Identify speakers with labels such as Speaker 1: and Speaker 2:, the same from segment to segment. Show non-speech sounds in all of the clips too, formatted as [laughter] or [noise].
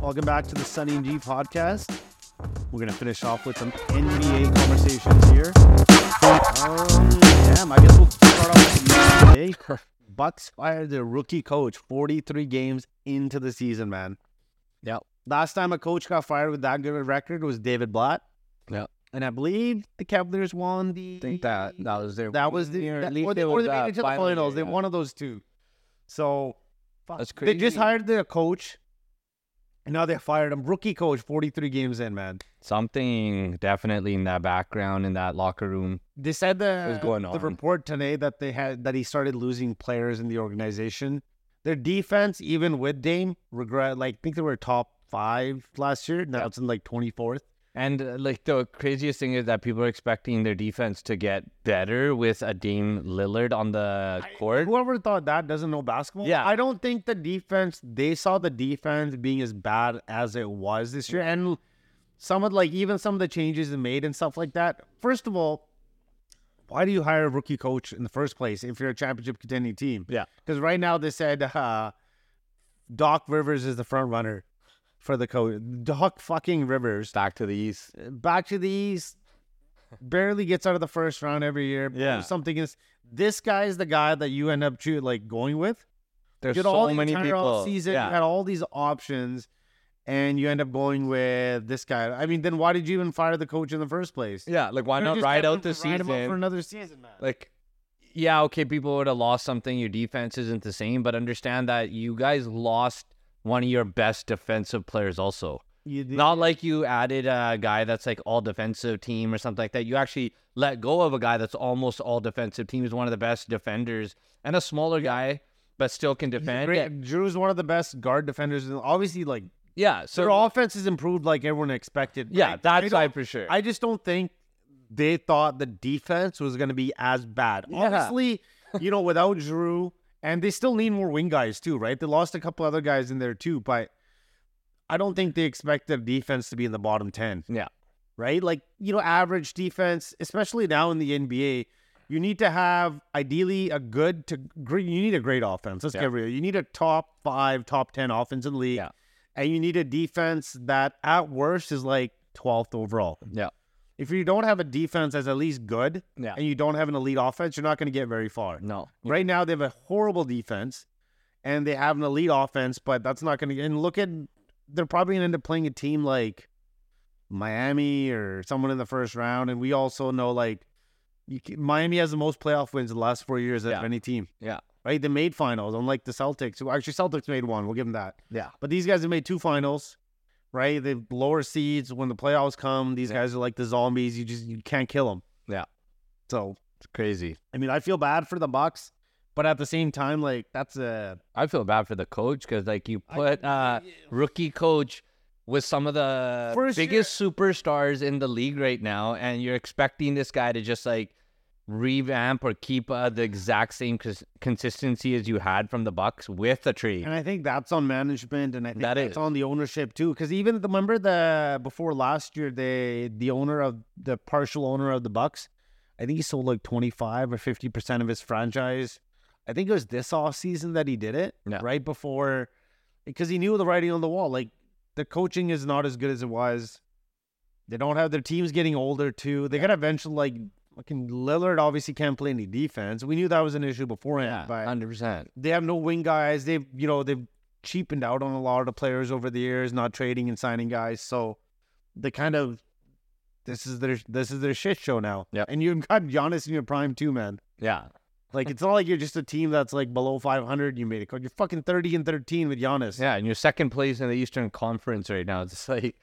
Speaker 1: Welcome back to the Sunny and G podcast. We're gonna finish off with some NBA conversations here. Um, damn, I guess we'll start off with the
Speaker 2: [laughs]
Speaker 1: NBA. Bucks fired their rookie coach 43 games into the season, man.
Speaker 2: Yep.
Speaker 1: Last time a coach got fired with that good of a record was David Blatt.
Speaker 2: Yep.
Speaker 1: And I believe the Cavaliers won the.
Speaker 2: I think that that was their.
Speaker 1: That was the
Speaker 2: year.
Speaker 1: Mm-hmm. that- or they, or they made it to the finals. They one of those two. So fuck.
Speaker 2: That's
Speaker 1: They just
Speaker 2: crazy.
Speaker 1: hired their coach, and now they fired him. Rookie coach, forty three games in, man.
Speaker 2: Something definitely in that background in that locker room.
Speaker 1: They said the
Speaker 2: What's going
Speaker 1: the
Speaker 2: on?
Speaker 1: report today that they had that he started losing players in the organization. Their defense, even with Dame, regret like I think they were top five last year. Now it's in like twenty fourth.
Speaker 2: And uh, like the craziest thing is that people are expecting their defense to get better with a Dame Lillard on the court.
Speaker 1: Whoever thought that doesn't know basketball.
Speaker 2: Yeah.
Speaker 1: I don't think the defense they saw the defense being as bad as it was this year. And some of like even some of the changes they made and stuff like that. First of all, why do you hire a rookie coach in the first place if you're a championship contending team?
Speaker 2: Yeah.
Speaker 1: Because right now they said uh, Doc Rivers is the front runner for the coach. Doc fucking Rivers Uh,
Speaker 2: Back to the East.
Speaker 1: back to the East, barely gets out of the first round every year.
Speaker 2: Yeah.
Speaker 1: Something is this guy is the guy that you end up to like going with.
Speaker 2: There's
Speaker 1: you had
Speaker 2: so
Speaker 1: all the
Speaker 2: many
Speaker 1: entire
Speaker 2: people.
Speaker 1: Season,
Speaker 2: yeah.
Speaker 1: You had all these options and you end up going with this guy. I mean, then why did you even fire the coach in the first place?
Speaker 2: yeah, like why
Speaker 1: Could've
Speaker 2: not
Speaker 1: just
Speaker 2: ride
Speaker 1: kept
Speaker 2: out
Speaker 1: him-
Speaker 2: the
Speaker 1: ride him out for
Speaker 2: season?
Speaker 1: another season, man.
Speaker 2: Like, yeah, okay, people would have lost something. Your defense isn't the same, but understand that you guys lost one of your best defensive players also.
Speaker 1: You did-
Speaker 2: Not like you added a guy that's like all defensive team or something like that. You actually let go of a guy that's almost all defensive team. He's one of the best defenders and a smaller guy, but still can defend.
Speaker 1: Great. Drew's one of the best guard defenders. and Obviously, like
Speaker 2: Yeah. So
Speaker 1: their offense is improved, like everyone expected.
Speaker 2: yeah,
Speaker 1: right?
Speaker 2: that's
Speaker 1: I
Speaker 2: why
Speaker 1: don't-
Speaker 2: for sure.
Speaker 1: I just don't think they thought the defense was going to be as bad.
Speaker 2: Yeah.
Speaker 1: Obviously, you know, without Drew, and they still need more wing guys too, right? They lost a couple other guys in there too, but I don't think they expect their defense to be in the bottom 10.
Speaker 2: Yeah.
Speaker 1: Right? Like, you know, average defense, especially now in the NBA, you need to have ideally a good to great, you need a great offense. Let's
Speaker 2: Yeah.
Speaker 1: get real. You need a top five, top 10 offense in the league.
Speaker 2: Yeah.
Speaker 1: And you need a defense that at worst is like 12th overall
Speaker 2: yeah.
Speaker 1: if you don't have a defense that's at least good
Speaker 2: Yeah.
Speaker 1: and you don't have an elite offense, you're not going to get very far.
Speaker 2: No.
Speaker 1: Right now, they have a horrible defense and they have an elite offense, but that's not going to. And look at, they're probably going to end up playing a team like Miami or someone in the first round. And we also know like you can, Miami has the most playoff wins in the last four years of
Speaker 2: Yeah.
Speaker 1: any team.
Speaker 2: Yeah.
Speaker 1: Right? They made finals, unlike the Celtics, who actually Celtics made one. We'll give them that.
Speaker 2: Yeah.
Speaker 1: But these guys have made two finals, right? They've lower seeds. When the playoffs come, these
Speaker 2: Yeah.
Speaker 1: guys are like the zombies. You just you can't kill them.
Speaker 2: Yeah.
Speaker 1: So
Speaker 2: It's crazy.
Speaker 1: I mean, I feel bad for the Bucks, but at the same time, like that's a
Speaker 2: I feel bad for the coach because like you
Speaker 1: I-
Speaker 2: put uh rookie coach with some of the
Speaker 1: First year-
Speaker 2: biggest superstars in the league right now, and you're expecting this guy to just like revamp or keep uh, the exact same cons- consistency as you had from the Bucks with a trade.
Speaker 1: And I think that's on management, and I think
Speaker 2: That
Speaker 1: that's
Speaker 2: is.
Speaker 1: on the ownership too. Because even the, remember the before last year, they the owner of the partial owner of the Bucks, I think he sold like twenty five or fifty percent of his franchise. I think it was this off season that he did it,
Speaker 2: Yeah.
Speaker 1: right before, because he knew the writing on the wall. Like the coaching is not as good as it was. They don't have their teams getting older too. They gotta eventually like fucking Lillard obviously can't play any defense. We knew that was an issue beforehand, but
Speaker 2: hundred percent.
Speaker 1: they have no wing guys. They've you know they've cheapened out on a lot of the players over the years, not trading and signing guys. So they kind of this is their this is their shit show now.
Speaker 2: Yep.
Speaker 1: and you've got Giannis in your prime too, man.
Speaker 2: Yeah,
Speaker 1: Like it's not like you're just a team that's like below 500. You made it. You're fucking 30 and 13 with Giannis.
Speaker 2: yeah. And you're second place in the Eastern Conference right now. [laughs] It's like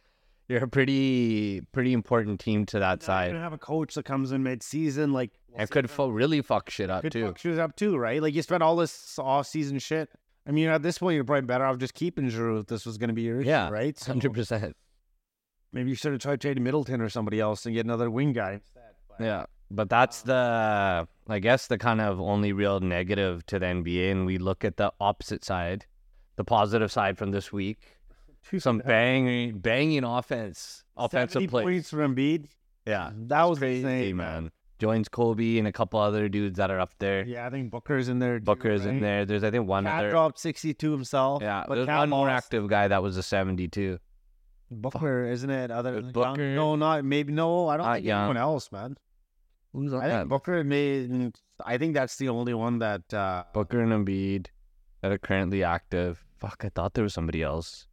Speaker 2: you're a pretty, pretty important team to that
Speaker 1: You
Speaker 2: side,
Speaker 1: have a coach that comes in mid-season, like
Speaker 2: and could fu- really fuck shit up
Speaker 1: could
Speaker 2: too.
Speaker 1: fuck shoes up too, right? Like you spent all this off-season shit. I mean, at this point, you're probably better off just keeping Giroud if this was going to be your issue,
Speaker 2: Yeah,
Speaker 1: right? So-
Speaker 2: Hundred percent.
Speaker 1: Maybe you should have tried trading Middleton or somebody else and get another wing guy.
Speaker 2: Yeah. But that's the, I guess, the kind of only real negative to the NBA. And we look at the opposite side, the positive side from this week. Some banging, banging offense, offensive
Speaker 1: 70
Speaker 2: play.
Speaker 1: points from Embiid.
Speaker 2: Yeah.
Speaker 1: That was
Speaker 2: Crazy,
Speaker 1: insane,
Speaker 2: man. joins Kobe and a couple other dudes that are up there.
Speaker 1: Yeah, I think Booker's in there. too,
Speaker 2: Booker's in
Speaker 1: right?
Speaker 2: there. There's I think one
Speaker 1: Cat
Speaker 2: other.
Speaker 1: dropped 62 himself.
Speaker 2: Yeah,
Speaker 1: but
Speaker 2: there's
Speaker 1: Cat
Speaker 2: one more
Speaker 1: lost.
Speaker 2: active guy that was a 72.
Speaker 1: Booker, isn't it? Other
Speaker 2: There's
Speaker 1: than
Speaker 2: Booker.
Speaker 1: Young? No, not maybe. No, I don't
Speaker 2: Not
Speaker 1: think
Speaker 2: Young.
Speaker 1: anyone else, man.
Speaker 2: Who's
Speaker 1: I think Booker made. I think that's the only one that. Uh,
Speaker 2: Booker and Embiid that are currently active. Fuck, I thought there was somebody else.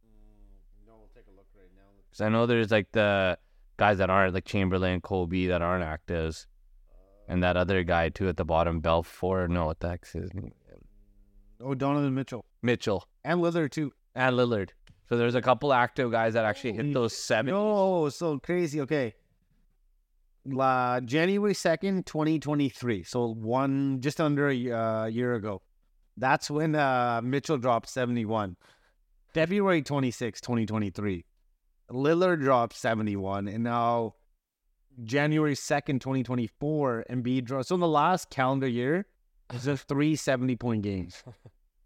Speaker 2: Because I know there's like the guys that aren't like Chamberlain, Kobe that aren't actives, and that other guy too at the bottom, Belfort. No, what the heck's his name?
Speaker 1: oh, Donovan Mitchell
Speaker 2: Mitchell
Speaker 1: and Lillard too.
Speaker 2: and Lillard. So there's a couple active guys that actually
Speaker 1: Holy
Speaker 2: hit those seven.
Speaker 1: No, so crazy. Okay. La January 2nd, 2023. So one just under a uh, year ago. That's when uh, Mitchell dropped 71. February 26, 2023. Lillard dropped 71. And now January 2nd, 2024, Embiid dropped. So in the last calendar year, it's just three 70 point games.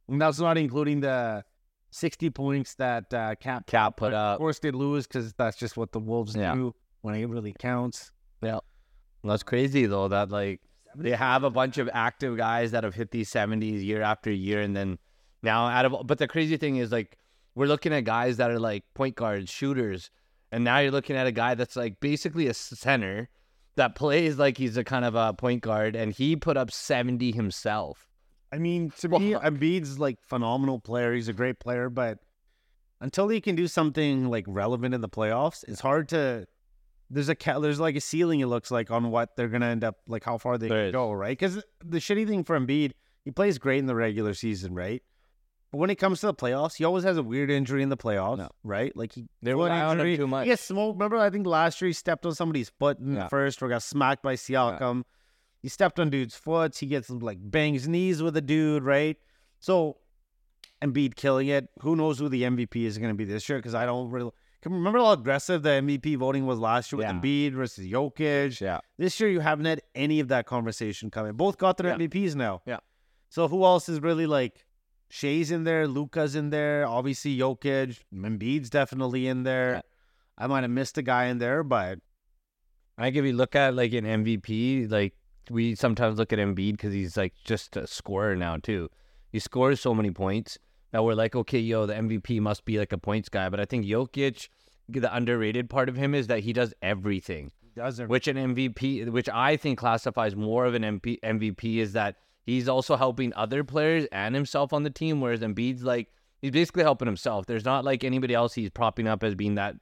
Speaker 1: And that's not including the 60 points that uh, Cap
Speaker 2: Cap put
Speaker 1: but Of
Speaker 2: up.
Speaker 1: course, they lose because that's just what the Wolves
Speaker 2: Yeah.
Speaker 1: do when it really counts.
Speaker 2: That's crazy though. That like they have a bunch of active guys that have hit these seventies year after year, and then now out of but the crazy thing is like we're looking at guys that are like point guards, shooters, and now you're looking at a guy that's like basically a center that plays like he's a kind of a point guard, and he put up seventy himself.
Speaker 1: I mean, to me,
Speaker 2: [laughs] Fuck.
Speaker 1: Embiid's like phenomenal player. He's a great player, but until he can do something like relevant in the playoffs, it's hard to. There's a ca- there's like a ceiling. It looks like on what they're gonna end up like how far they
Speaker 2: There
Speaker 1: can
Speaker 2: is.
Speaker 1: go, right? Because the shitty thing for Embiid, he plays great in the regular season, right? But when it comes to the playoffs, he always has a weird injury in the playoffs,
Speaker 2: No.
Speaker 1: right? Like he
Speaker 2: They
Speaker 1: foot
Speaker 2: rely on him
Speaker 1: injury.
Speaker 2: too much.
Speaker 1: He gets smoked. Remember, I think last year he stepped on somebody's foot in
Speaker 2: Yeah.
Speaker 1: the first or got smacked by Siakam. He stepped on dude's foot. He gets like bangs knees with a dude, right? So Embiid killing it. Who knows who the MVP is going to be this year? Because I don't really can remember how aggressive the MVP voting was last year with
Speaker 2: Yeah.
Speaker 1: Embiid versus Jokic.
Speaker 2: Yeah.
Speaker 1: This year you haven't had any of that conversation coming. Both got their
Speaker 2: Yeah.
Speaker 1: MVPs now.
Speaker 2: Yeah.
Speaker 1: So who else is really like Shea's in there, Luca's in there, obviously Jokic, Embiid's definitely in there.
Speaker 2: Yeah.
Speaker 1: I might have missed a guy in there, but
Speaker 2: I think if you look at like an MVP, like we sometimes look at Embiid because he's like just a scorer now too. He scores so many points that we're like, okay, yo, the MVP must be like a points guy. But I think Jokic, the underrated part of him is that he does everything,
Speaker 1: doesn't
Speaker 2: which an MVP, which I think classifies more of an MP, MVP is that he's also helping other players and himself on the team. Whereas Embiid's like he's basically helping himself. There's not like anybody else he's propping up as being that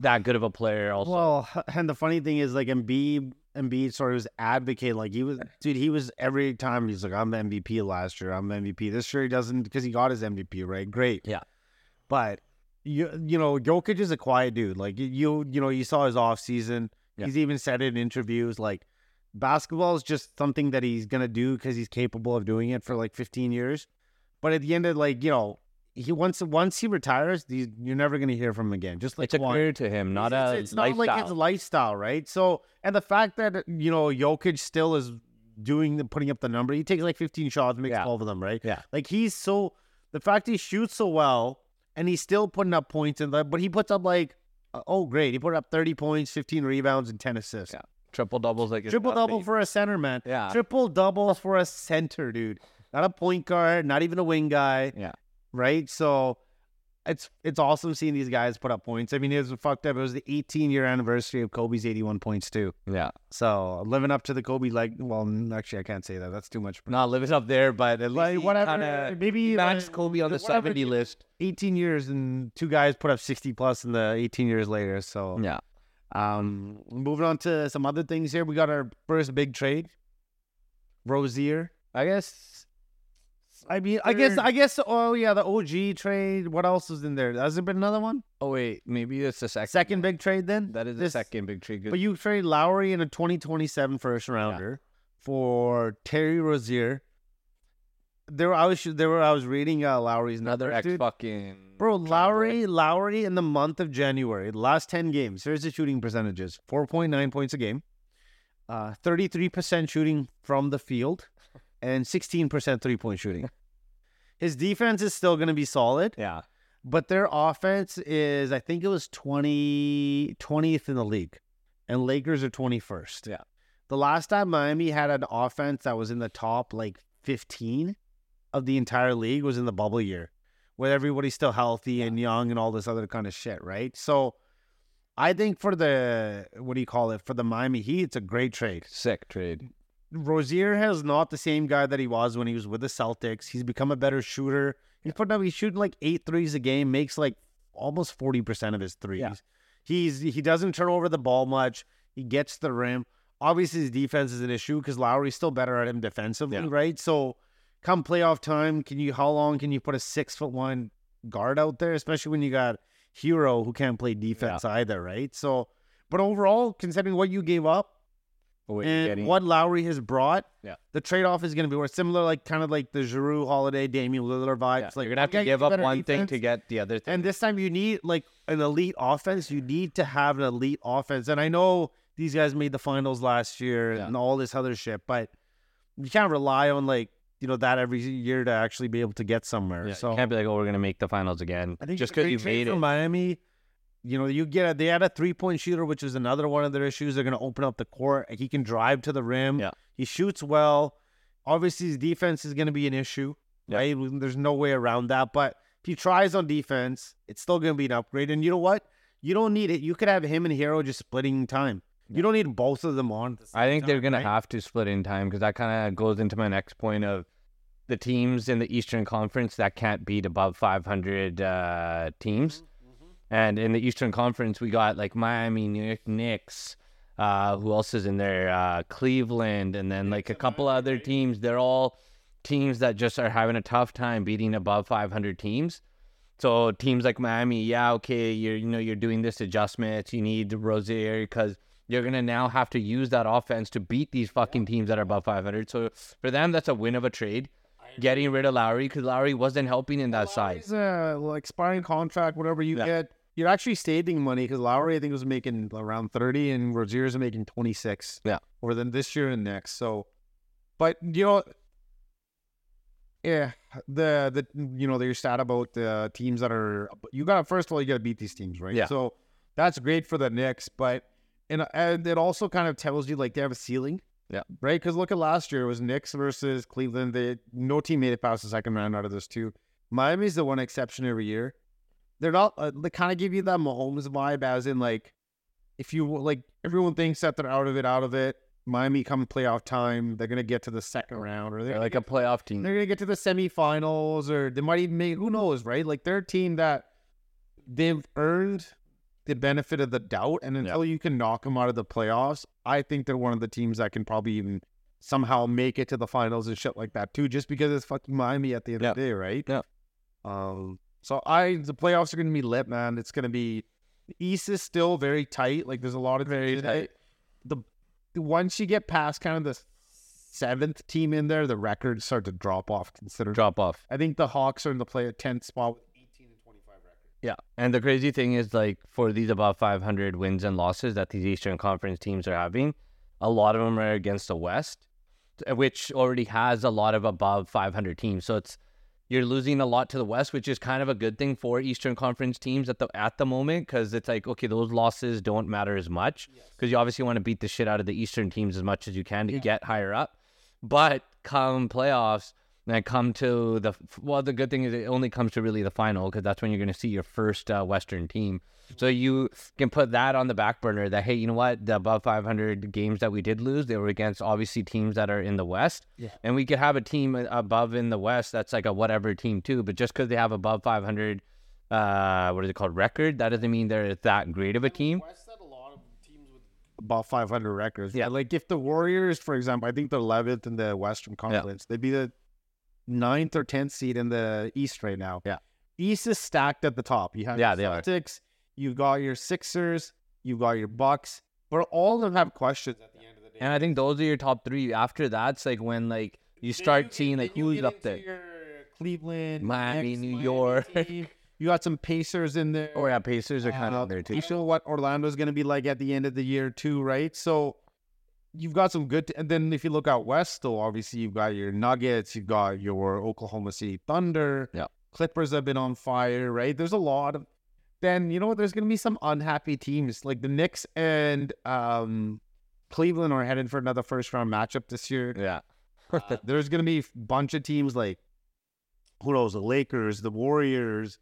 Speaker 2: that good of a player. Also,
Speaker 1: Well, [laughs] and the funny thing is, like Embiid, Embiid sort of was advocating, like he was, dude, he was every time he's like, I'm the MVP last year, I'm the MVP. This year he doesn't because he got his MVP, right? Great,
Speaker 2: Yeah.
Speaker 1: But you, you know, Jokic is a quiet dude. Like you, you know, you saw his off season.
Speaker 2: Yeah.
Speaker 1: He's even said it in interviews, like basketball is just something that he's gonna do because he's capable of doing it for like 15 years. But at the end of like, you know. He once once he retires, these you're never gonna hear from him again. Just like
Speaker 2: it's a
Speaker 1: Kawhi.
Speaker 2: career to him, not
Speaker 1: It's-
Speaker 2: a
Speaker 1: it's, it's not like his
Speaker 2: lifestyle.
Speaker 1: lifestyle, right? So, and the fact that you know Jokic still is doing the putting up the number, he takes like 15 shots, makes
Speaker 2: Yeah.
Speaker 1: 12 of them, right?
Speaker 2: Yeah.
Speaker 1: like he's so the fact he shoots so well and he's still putting up points and that, but he puts up like uh, oh great, he put up 30 points, 15 rebounds, and 10 assists.
Speaker 2: Yeah. Triple doubles like it's
Speaker 1: Triple double
Speaker 2: nothing.
Speaker 1: for a center, man.
Speaker 2: Yeah.
Speaker 1: Triple double for a center, dude. Not a point guard, not even a wing guy.
Speaker 2: Yeah.
Speaker 1: Right? So it's it's awesome seeing these guys put up points. I mean, it was fucked up. It was the 18 year anniversary of Kobe's 81 points too.
Speaker 2: yeah.
Speaker 1: So living up to the Kobe like well, n- actually I can't say that. That's too much.
Speaker 2: Not living up there, but at least
Speaker 1: Like,
Speaker 2: he
Speaker 1: whatever.
Speaker 2: kinda
Speaker 1: maybe
Speaker 2: matched
Speaker 1: uh,
Speaker 2: Kobe on the
Speaker 1: whatever
Speaker 2: seventy
Speaker 1: it-
Speaker 2: list.
Speaker 1: 18 years and two guys put up 60 plus in the 18 years later. So
Speaker 2: Yeah.
Speaker 1: um, moving on to some other things here. We got our first big trade. Rozier.
Speaker 2: I guess
Speaker 1: I mean, I guess,
Speaker 2: Third.
Speaker 1: I guess. Oh yeah, the OG trade. What else is in there? Has there been another one?
Speaker 2: oh wait, maybe it's the second
Speaker 1: Second big trade then.
Speaker 2: that is the
Speaker 1: This-
Speaker 2: second big tree.
Speaker 1: But you trade Lowry in a 2027 first rounder for Terry Rozier. There, I was there. Were, I was reading uh, Lowry's
Speaker 2: another
Speaker 1: numbers,
Speaker 2: ex
Speaker 1: dude.
Speaker 2: fucking
Speaker 1: Bro, Lowry, Lowry in the month of January, the last 10 games, here's the shooting percentages 4.9 points a game, uh, 33% shooting from the field, and 16% three point shooting. His defense is still going to be solid,
Speaker 2: Yeah.
Speaker 1: but their offense is, I think it was 20, 20th in the league, and Lakers are 21st.
Speaker 2: Yeah.
Speaker 1: The last time Miami had an offense that was in the top like 15 of the entire league was in the bubble year, where everybody's still healthy and young and all this other kind of shit, right? So I think for the what do you call it? For the Miami Heat, it's a great trade.
Speaker 2: Sick trade.
Speaker 1: Rozier has not the same guy that he was when he was with the Celtics. He's become a better shooter. He's putting up he's shooting like eight threes a game, makes like almost forty percent of his threes.
Speaker 2: Yeah.
Speaker 1: He's he doesn't turn over the ball much. He gets to the rim. Obviously his defense is an issue because Lowry's still better at him defensively,
Speaker 2: Yeah.
Speaker 1: right? So come playoff time, can you how long can you put a six foot one guard out there, especially when you got Hero who can't play defense either, right? So but overall, considering what you gave up,
Speaker 2: What Oh, you're
Speaker 1: and
Speaker 2: getting.
Speaker 1: what Lowry has brought,
Speaker 2: Yeah.
Speaker 1: the trade off is going to be worth similar, like kind of like the Giroux, Holiday, Damian Lillard vibes.
Speaker 2: Yeah,
Speaker 1: Like
Speaker 2: you're gonna have
Speaker 1: okay,
Speaker 2: to give up
Speaker 1: better
Speaker 2: one thing
Speaker 1: defense.
Speaker 2: to get the other thing.
Speaker 1: And this time you need like an elite offense. You need to have an elite offense. And I know these guys made the finals last year
Speaker 2: Yeah.
Speaker 1: and all this other shit, but you can't rely on like you know that every year to actually be able to get somewhere.
Speaker 2: Yeah,
Speaker 1: so
Speaker 2: you can't be like, oh, we're gonna make the finals again
Speaker 1: I think
Speaker 2: just
Speaker 1: it's a
Speaker 2: because
Speaker 1: great
Speaker 2: you
Speaker 1: trade
Speaker 2: made
Speaker 1: for
Speaker 2: it.
Speaker 1: Miami. You know, you get a, they had a three point shooter, which is another one of their issues. They're going to open up the court. He can drive to the rim.
Speaker 2: Yeah.
Speaker 1: he shoots well. Obviously, his defense is going to be an issue.
Speaker 2: Yeah.
Speaker 1: Right, there's no way around that. But if he tries on defense, it's still going to be an upgrade. And you know what? You don't need it. You could have him and Hero just splitting time. You don't need both of them on. at the same
Speaker 2: I think they're
Speaker 1: time,
Speaker 2: gonna
Speaker 1: right?
Speaker 2: have to split in time because that kind of goes into my next point of the teams in the Eastern Conference that can't beat above 500 uh, teams.
Speaker 1: Mm-hmm,
Speaker 2: And in the Eastern Conference, we got like Miami, New York Knicks. Uh, who else is in there? Uh, Cleveland, and then like a couple other teams. They're all teams that just are having a tough time beating above 500 teams. So teams like Miami, yeah, okay, you're you know you're doing this adjustment. You need Rozier because you're gonna now have to use that offense to beat these fucking teams that are above 500. So for them, that's a win of a trade. Getting rid of Lowry because Lowry wasn't helping in that side.
Speaker 1: It's a well, expiring contract, whatever you get. You're actually saving money because Lowry, I think, was making around 30 and Rozier's making 26.
Speaker 2: Yeah.
Speaker 1: Or then this year and next. So, but, you know, yeah, the, the, you know, your stat about the teams that are, you got to, first of all, you got to beat these teams, right?
Speaker 2: Yeah.
Speaker 1: So that's great for the Knicks, but, and, and it also kind of tells you like they have a ceiling.
Speaker 2: Yeah.
Speaker 1: Right. Because look at last year, it was Knicks versus Cleveland. They, no team made it past the second round out of those two. Miami's the one exception every year. They're not. Uh, they kind of give you that Mahomes vibe, as in like, if you like, everyone thinks that they're out of it, out of it. Miami come playoff time, they're gonna get to the second round, or
Speaker 2: They're
Speaker 1: they're
Speaker 2: like a playoff team.
Speaker 1: they're gonna get to the semifinals, or they might even make. Who knows, right? Like they're a team that they've earned the benefit of the doubt, and until you can knock them out of the playoffs, I think they're one of the teams that can probably even somehow make it to the finals and shit like that too, just because it's fucking Miami at the end
Speaker 2: Yeah.
Speaker 1: of the day, right?
Speaker 2: Yeah.
Speaker 1: Um. So I the playoffs are gonna be lit, man. It's gonna be the East is still very tight. Like there's a lot of very
Speaker 2: tight.
Speaker 1: The once you get past kind of the seventh team in there, the records start to drop off considerably.
Speaker 2: Drop off.
Speaker 1: I think the Hawks are in the play at tenth spot.
Speaker 2: Yeah. And the crazy thing is, like, for these above 500 wins and losses that these Eastern Conference teams are having, a lot of them are against the West, t- which already has a lot of above 500 teams. So it's, you're losing a lot to the West, which is kind of a good thing for Eastern Conference teams at the at the moment because it's like okay, those losses don't matter as much because you obviously want to beat the shit out of the Eastern teams as much as you can to get higher up. But come playoffs, and I come to the well. The good thing is it only comes to really the final because that's when you're going to see your first uh, Western team. So you can put that on the back burner. That hey, you know what? The above 500 games that we did lose, they were against obviously teams that are in the West.
Speaker 1: Yeah.
Speaker 2: And we could have a team uh, above in the West that's like a whatever team too. But just because they have above 500, uh, what is it called record? That doesn't mean they're that great of a team.
Speaker 1: About 500 records.
Speaker 2: Yeah.
Speaker 1: Like if the Warriors, for example, I think they're 11th in the Western Conference. They'd be the ninth or 10th seed in the East right now.
Speaker 2: Yeah.
Speaker 1: East is stacked at the top. You have
Speaker 2: Yeah, they
Speaker 1: your
Speaker 2: are.
Speaker 1: Celtics, you've got your Sixers, you've got your Bucks, but all of them have questions at the end of the day.
Speaker 2: And I think those are your top three. After that's like when like you start seeing like who's up there.
Speaker 1: Cleveland,
Speaker 2: Miami,
Speaker 1: Knicks,
Speaker 2: New
Speaker 1: Miami
Speaker 2: York.
Speaker 1: team. you got some Pacers in there.
Speaker 2: Or Oh, yeah, Pacers are kind
Speaker 1: Uh,
Speaker 2: of up there too.
Speaker 1: You know what Orlando's going to be like at the end of the year too, right? So you've got some good. and then if you look out west, though, obviously you've got your Nuggets, you've got your Oklahoma City Thunder.
Speaker 2: Yeah.
Speaker 1: Clippers have been on fire, right? There's a lot of. Then you know what? There's going to be some unhappy teams like the Knicks and um, Cleveland are headed for another first round matchup this year.
Speaker 2: Yeah.
Speaker 1: [laughs] Uh, there's going to be a bunch of teams like, who knows, the Lakers, the Warriors,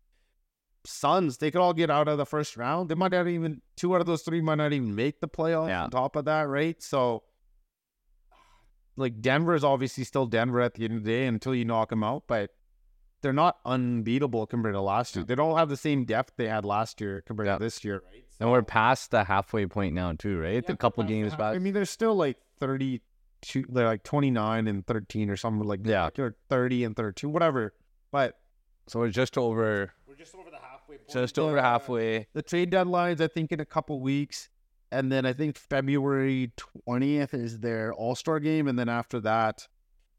Speaker 1: Suns. They could all get out of the first round. They might not even, two out of those three might not even make the playoffs
Speaker 2: Yeah.
Speaker 1: on top of that, right? So, like, Denver is obviously still Denver at the end of the day until you knock them out, but they're not unbeatable compared to last year. They don't have the same depth they had last year compared
Speaker 2: Yeah.
Speaker 1: to this year, right?
Speaker 2: And we're past the halfway point now too, right?
Speaker 1: Yeah,
Speaker 2: a couple
Speaker 1: that's
Speaker 2: games
Speaker 1: how-
Speaker 2: back.
Speaker 1: I mean, they're still like 32, they're like 29 and 13 or something like
Speaker 2: Yeah.
Speaker 1: or 30 and 32, whatever. But
Speaker 2: So we're just over
Speaker 1: we're just over the halfway point.
Speaker 2: just over halfway.
Speaker 1: The trade deadline's, I think, in a couple weeks. And then I think February 20th is their All Star game. And then after that,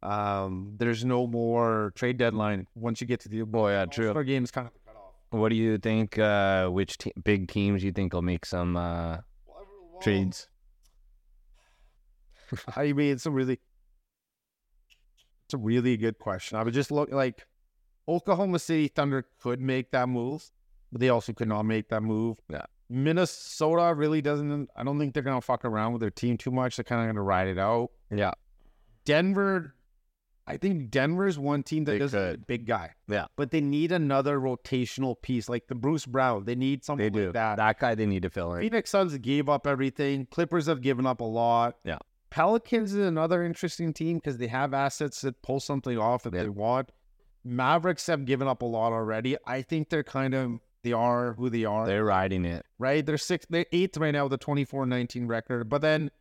Speaker 1: um, there's no more trade deadline once you get to the
Speaker 2: Boy, yeah, true.
Speaker 1: All Star game is kind of the cutoff.
Speaker 2: What do you think uh which te- big teams you think will make some uh trades?
Speaker 1: [laughs] I mean, it's a really, it's a really good question. I would just look like Oklahoma City Thunder could make that move, but they also could not make that move.
Speaker 2: Yeah.
Speaker 1: Minnesota really doesn't. I don't think they're gonna fuck around with their team too much. They're kind of gonna ride it out.
Speaker 2: Yeah.
Speaker 1: Denver, I think Denver's one team that
Speaker 2: They
Speaker 1: doesn't need a
Speaker 2: could.
Speaker 1: big guy.
Speaker 2: Yeah.
Speaker 1: but they need another rotational piece like the Bruce Brown. They need something
Speaker 2: They do.
Speaker 1: like that.
Speaker 2: That guy they need to fill in.
Speaker 1: Phoenix Suns gave up everything. Clippers have given up a lot.
Speaker 2: Yeah.
Speaker 1: Pelicans is another interesting team because they have assets that pull something off if
Speaker 2: Yeah.
Speaker 1: they want. Mavericks have given up a lot already. I think they're kind of they are who they are,
Speaker 2: They're riding it.
Speaker 1: right? They're sixth, they're eighth right now with a 24-19 record. But then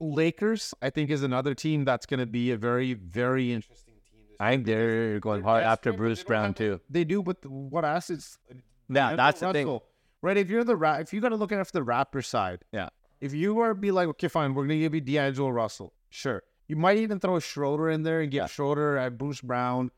Speaker 1: Lakers, I think, is another team that's going to be a very, very interesting team. this
Speaker 2: I think
Speaker 1: year because
Speaker 2: they're going
Speaker 1: they're
Speaker 2: hard Oh, after
Speaker 1: desperate, but
Speaker 2: Bruce
Speaker 1: they don't
Speaker 2: Brown
Speaker 1: have-
Speaker 2: too.
Speaker 1: They do, but what assets
Speaker 2: Yeah,
Speaker 1: D'Angelo
Speaker 2: that's the thing.
Speaker 1: Russell, right? If you're the Ra- if you got to look after the Raptor side,
Speaker 2: Yeah.
Speaker 1: If you are be like, okay, fine, we're gonna give you D'Angelo Russell, sure. You might even throw Schroeder in there and get Schroeder at Bruce Brown,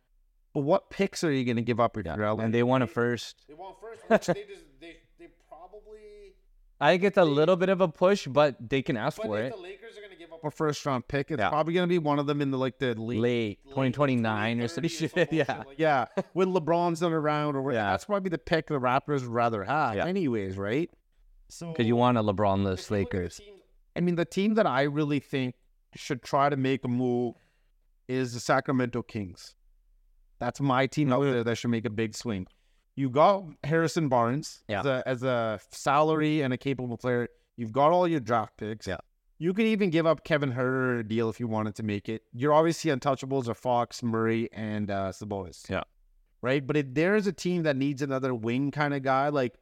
Speaker 1: but what picks are you gonna give up? If you're LA?
Speaker 2: And they want a first.
Speaker 1: they want first, which they just they they probably.
Speaker 2: I think it's a little bit of a push, but they can ask for it.
Speaker 1: Lakers are gonna give up a first round pick, it's
Speaker 2: Yeah.
Speaker 1: probably gonna be one of them in the like the late
Speaker 2: Late, 2029 or some shit. [laughs] Yeah.
Speaker 1: [laughs] yeah, when LeBron's not around, or whatever.
Speaker 2: Yeah.
Speaker 1: that's probably the pick the Raptors would rather have,
Speaker 2: Yeah.
Speaker 1: anyways, right? So
Speaker 2: Because you want a LeBronless Lakers.
Speaker 1: I mean, the team that I really think should try to make a move is the Sacramento Kings. That's my team out there that should make a big swing. You got Harrison Barnes
Speaker 2: Yeah.
Speaker 1: as, a, as a salary and a capable player. You've got all your draft picks.
Speaker 2: Yeah.
Speaker 1: You could even give up Kevin Herter a deal if you wanted to make it. You're obviously untouchables are Fox, Murray, and uh, Sabonis.
Speaker 2: Yeah.
Speaker 1: Right. But if there is a team that needs another wing kind of guy, like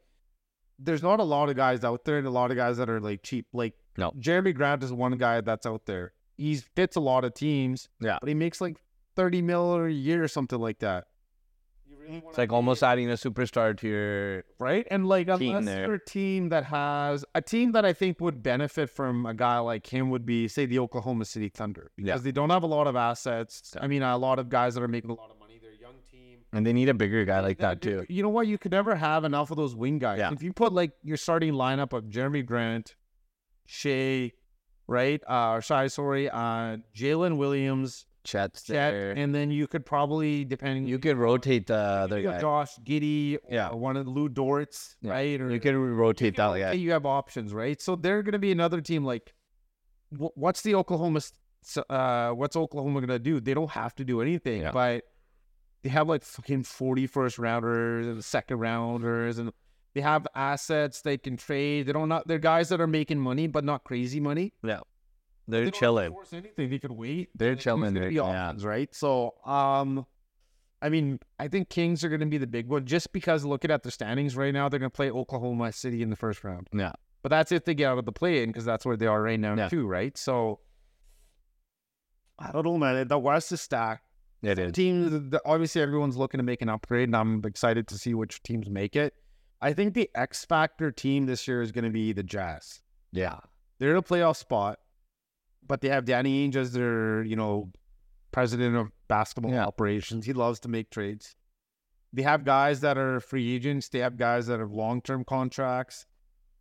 Speaker 1: there's not a lot of guys out there and a lot of guys that are like cheap. Like
Speaker 2: No.
Speaker 1: Jeremy Grant is one guy that's out there. He fits a lot of teams.
Speaker 2: Yeah.
Speaker 1: But he makes like thirty mil a year or something like that.
Speaker 2: It's like almost adding a superstar to your
Speaker 1: right? And like unless
Speaker 2: there.
Speaker 1: you're a team that has a team that I think would benefit from a guy like him would be say the Oklahoma City Thunder.
Speaker 2: Yeah.
Speaker 1: Because they don't have a lot of assets. I mean a lot of guys that are making a lot of money. They're a young team.
Speaker 2: and they need a bigger guy like that too.
Speaker 1: You know what? You could never have enough of those wing guys.
Speaker 2: Yeah.
Speaker 1: If you put like your starting lineup of Jeremy Grant, Shea, right? Uh, or sorry, sorry, uh, Jalen Williams,
Speaker 2: Chet's
Speaker 1: Chet,
Speaker 2: there.
Speaker 1: and then you could probably, depending,
Speaker 2: you could rotate the
Speaker 1: you
Speaker 2: other
Speaker 1: got
Speaker 2: guy.
Speaker 1: Josh Giddy, or
Speaker 2: Yeah.
Speaker 1: one of Lou Dortz,
Speaker 2: Yeah.
Speaker 1: right? Or
Speaker 2: You could rotate that
Speaker 1: okay,
Speaker 2: guy.
Speaker 1: you have options, right? So they're going to be another team. Like, wh- what's the Oklahoma? s- s- Uh, what's Oklahoma going to do? They don't have to do anything,
Speaker 2: Yeah.
Speaker 1: but they have like fucking 40 first rounders and second rounders, and they have assets they can trade. They don't not they're guys that are making money, but not crazy money.
Speaker 2: They're
Speaker 1: They don't have to
Speaker 2: chilling.
Speaker 1: force anything. They could wait.
Speaker 2: They're
Speaker 1: Like, who's
Speaker 2: chilling.
Speaker 1: gonna
Speaker 2: They're-
Speaker 1: be
Speaker 2: Yeah.
Speaker 1: options, right? So, um, I mean, I think Kings are going to be the big one just because looking at the standings right now, they're going to play Oklahoma City in the first round.
Speaker 2: Yeah.
Speaker 1: But that's if they get out of the play in because that's where they are right now,
Speaker 2: Yeah.
Speaker 1: too, right? So, I don't know, man. The West is stacked.
Speaker 2: It
Speaker 1: The
Speaker 2: is.
Speaker 1: team, the, the- obviously, everyone's looking to make an upgrade, and I'm excited to see which teams make it. I think the X Factor team this year is going to be the Jazz
Speaker 2: Yeah.
Speaker 1: they're in a playoff spot, but they have Danny Ainge as their, you know, president of basketball
Speaker 2: Yeah.
Speaker 1: operations. He loves to make trades. They have guys that are free agents. They have guys that have long term contracts.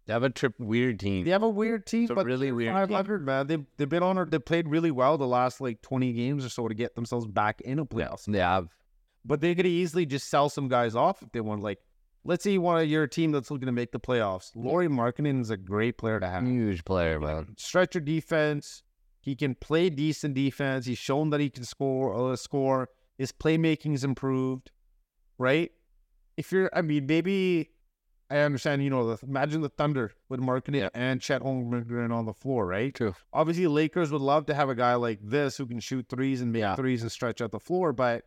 Speaker 2: They have a trip weird team.
Speaker 1: They have a weird team,
Speaker 2: It's a
Speaker 1: but
Speaker 2: really weird
Speaker 1: five
Speaker 2: team.
Speaker 1: hundred man. They they've been on. They played really well the last like twenty games or so to get themselves back in a playoffs.
Speaker 2: They have
Speaker 1: But they could easily just sell some guys off if they want. Like Let's say you want your team that's looking to make the playoffs. Laurie Markkinen is a great player to have.
Speaker 2: Huge player, man.
Speaker 1: Stretcher defense. He can play decent defense. He's shown that he can score. Uh, score. His playmaking's improved, right? If you're, I mean, maybe I understand. You know, the, imagine the Thunder with Markkinen and Chet Holmgren on the floor, right?
Speaker 2: True.
Speaker 1: Obviously, Lakers would love to have a guy like this who can shoot threes and make
Speaker 2: Yeah.
Speaker 1: threes and stretch out the floor, but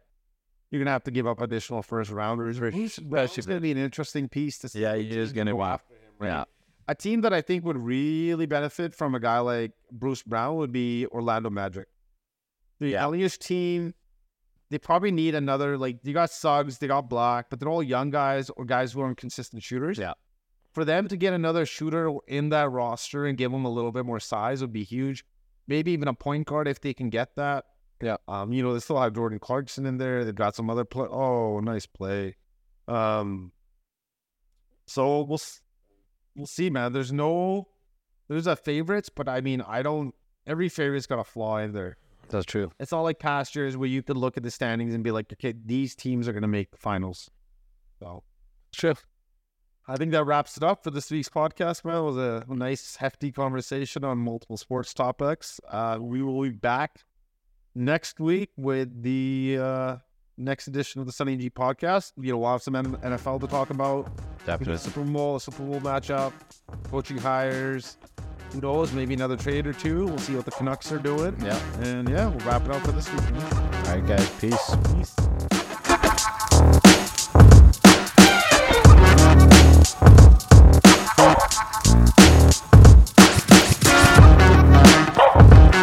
Speaker 1: you're gonna have to give up additional first rounders. He's
Speaker 2: especially-
Speaker 1: gonna be an interesting piece to see.
Speaker 2: Yeah,
Speaker 1: what
Speaker 2: you're just
Speaker 1: teams
Speaker 2: gonna
Speaker 1: go
Speaker 2: wow.
Speaker 1: after him, right?
Speaker 2: Yeah.
Speaker 1: A team that I think would really benefit from a guy like Bruce Brown would be Orlando Magic. The
Speaker 2: Yeah.
Speaker 1: Elliott team, they probably need another like they got Suggs, they got Block, but they're all young guys or guys who aren't consistent shooters.
Speaker 2: Yeah.
Speaker 1: For them to get another shooter in that roster and give them a little bit more size would be huge. Maybe even a point guard if they can get that.
Speaker 2: Yeah.
Speaker 1: Um, you know, they still have Jordan Clarkson in there. They've got some other play. Oh, nice play. Um, so we'll s- we'll see, man. There's no there's a favorites, but I mean, I don't. Every favorite's got a flaw in there.
Speaker 2: That's true.
Speaker 1: It's not like past years where you could look at the standings and be like, okay, these teams are going to make the finals. So
Speaker 2: True.
Speaker 1: I think that wraps it up for this week's podcast, man. It was a nice, hefty conversation on multiple sports topics. Uh, we will be back next week with the uh, next edition of the Sunny G podcast. You know, we'll have some M- NFL to talk about. We got [laughs]
Speaker 2: Definitely.
Speaker 1: Super Bowl, Super Bowl matchup, coaching hires. Who knows? Maybe another trade or two. We'll see what the Canucks are doing.
Speaker 2: Yeah.
Speaker 1: And yeah, we'll wrap it up for this week.
Speaker 2: All right, guys. Peace.
Speaker 1: Peace.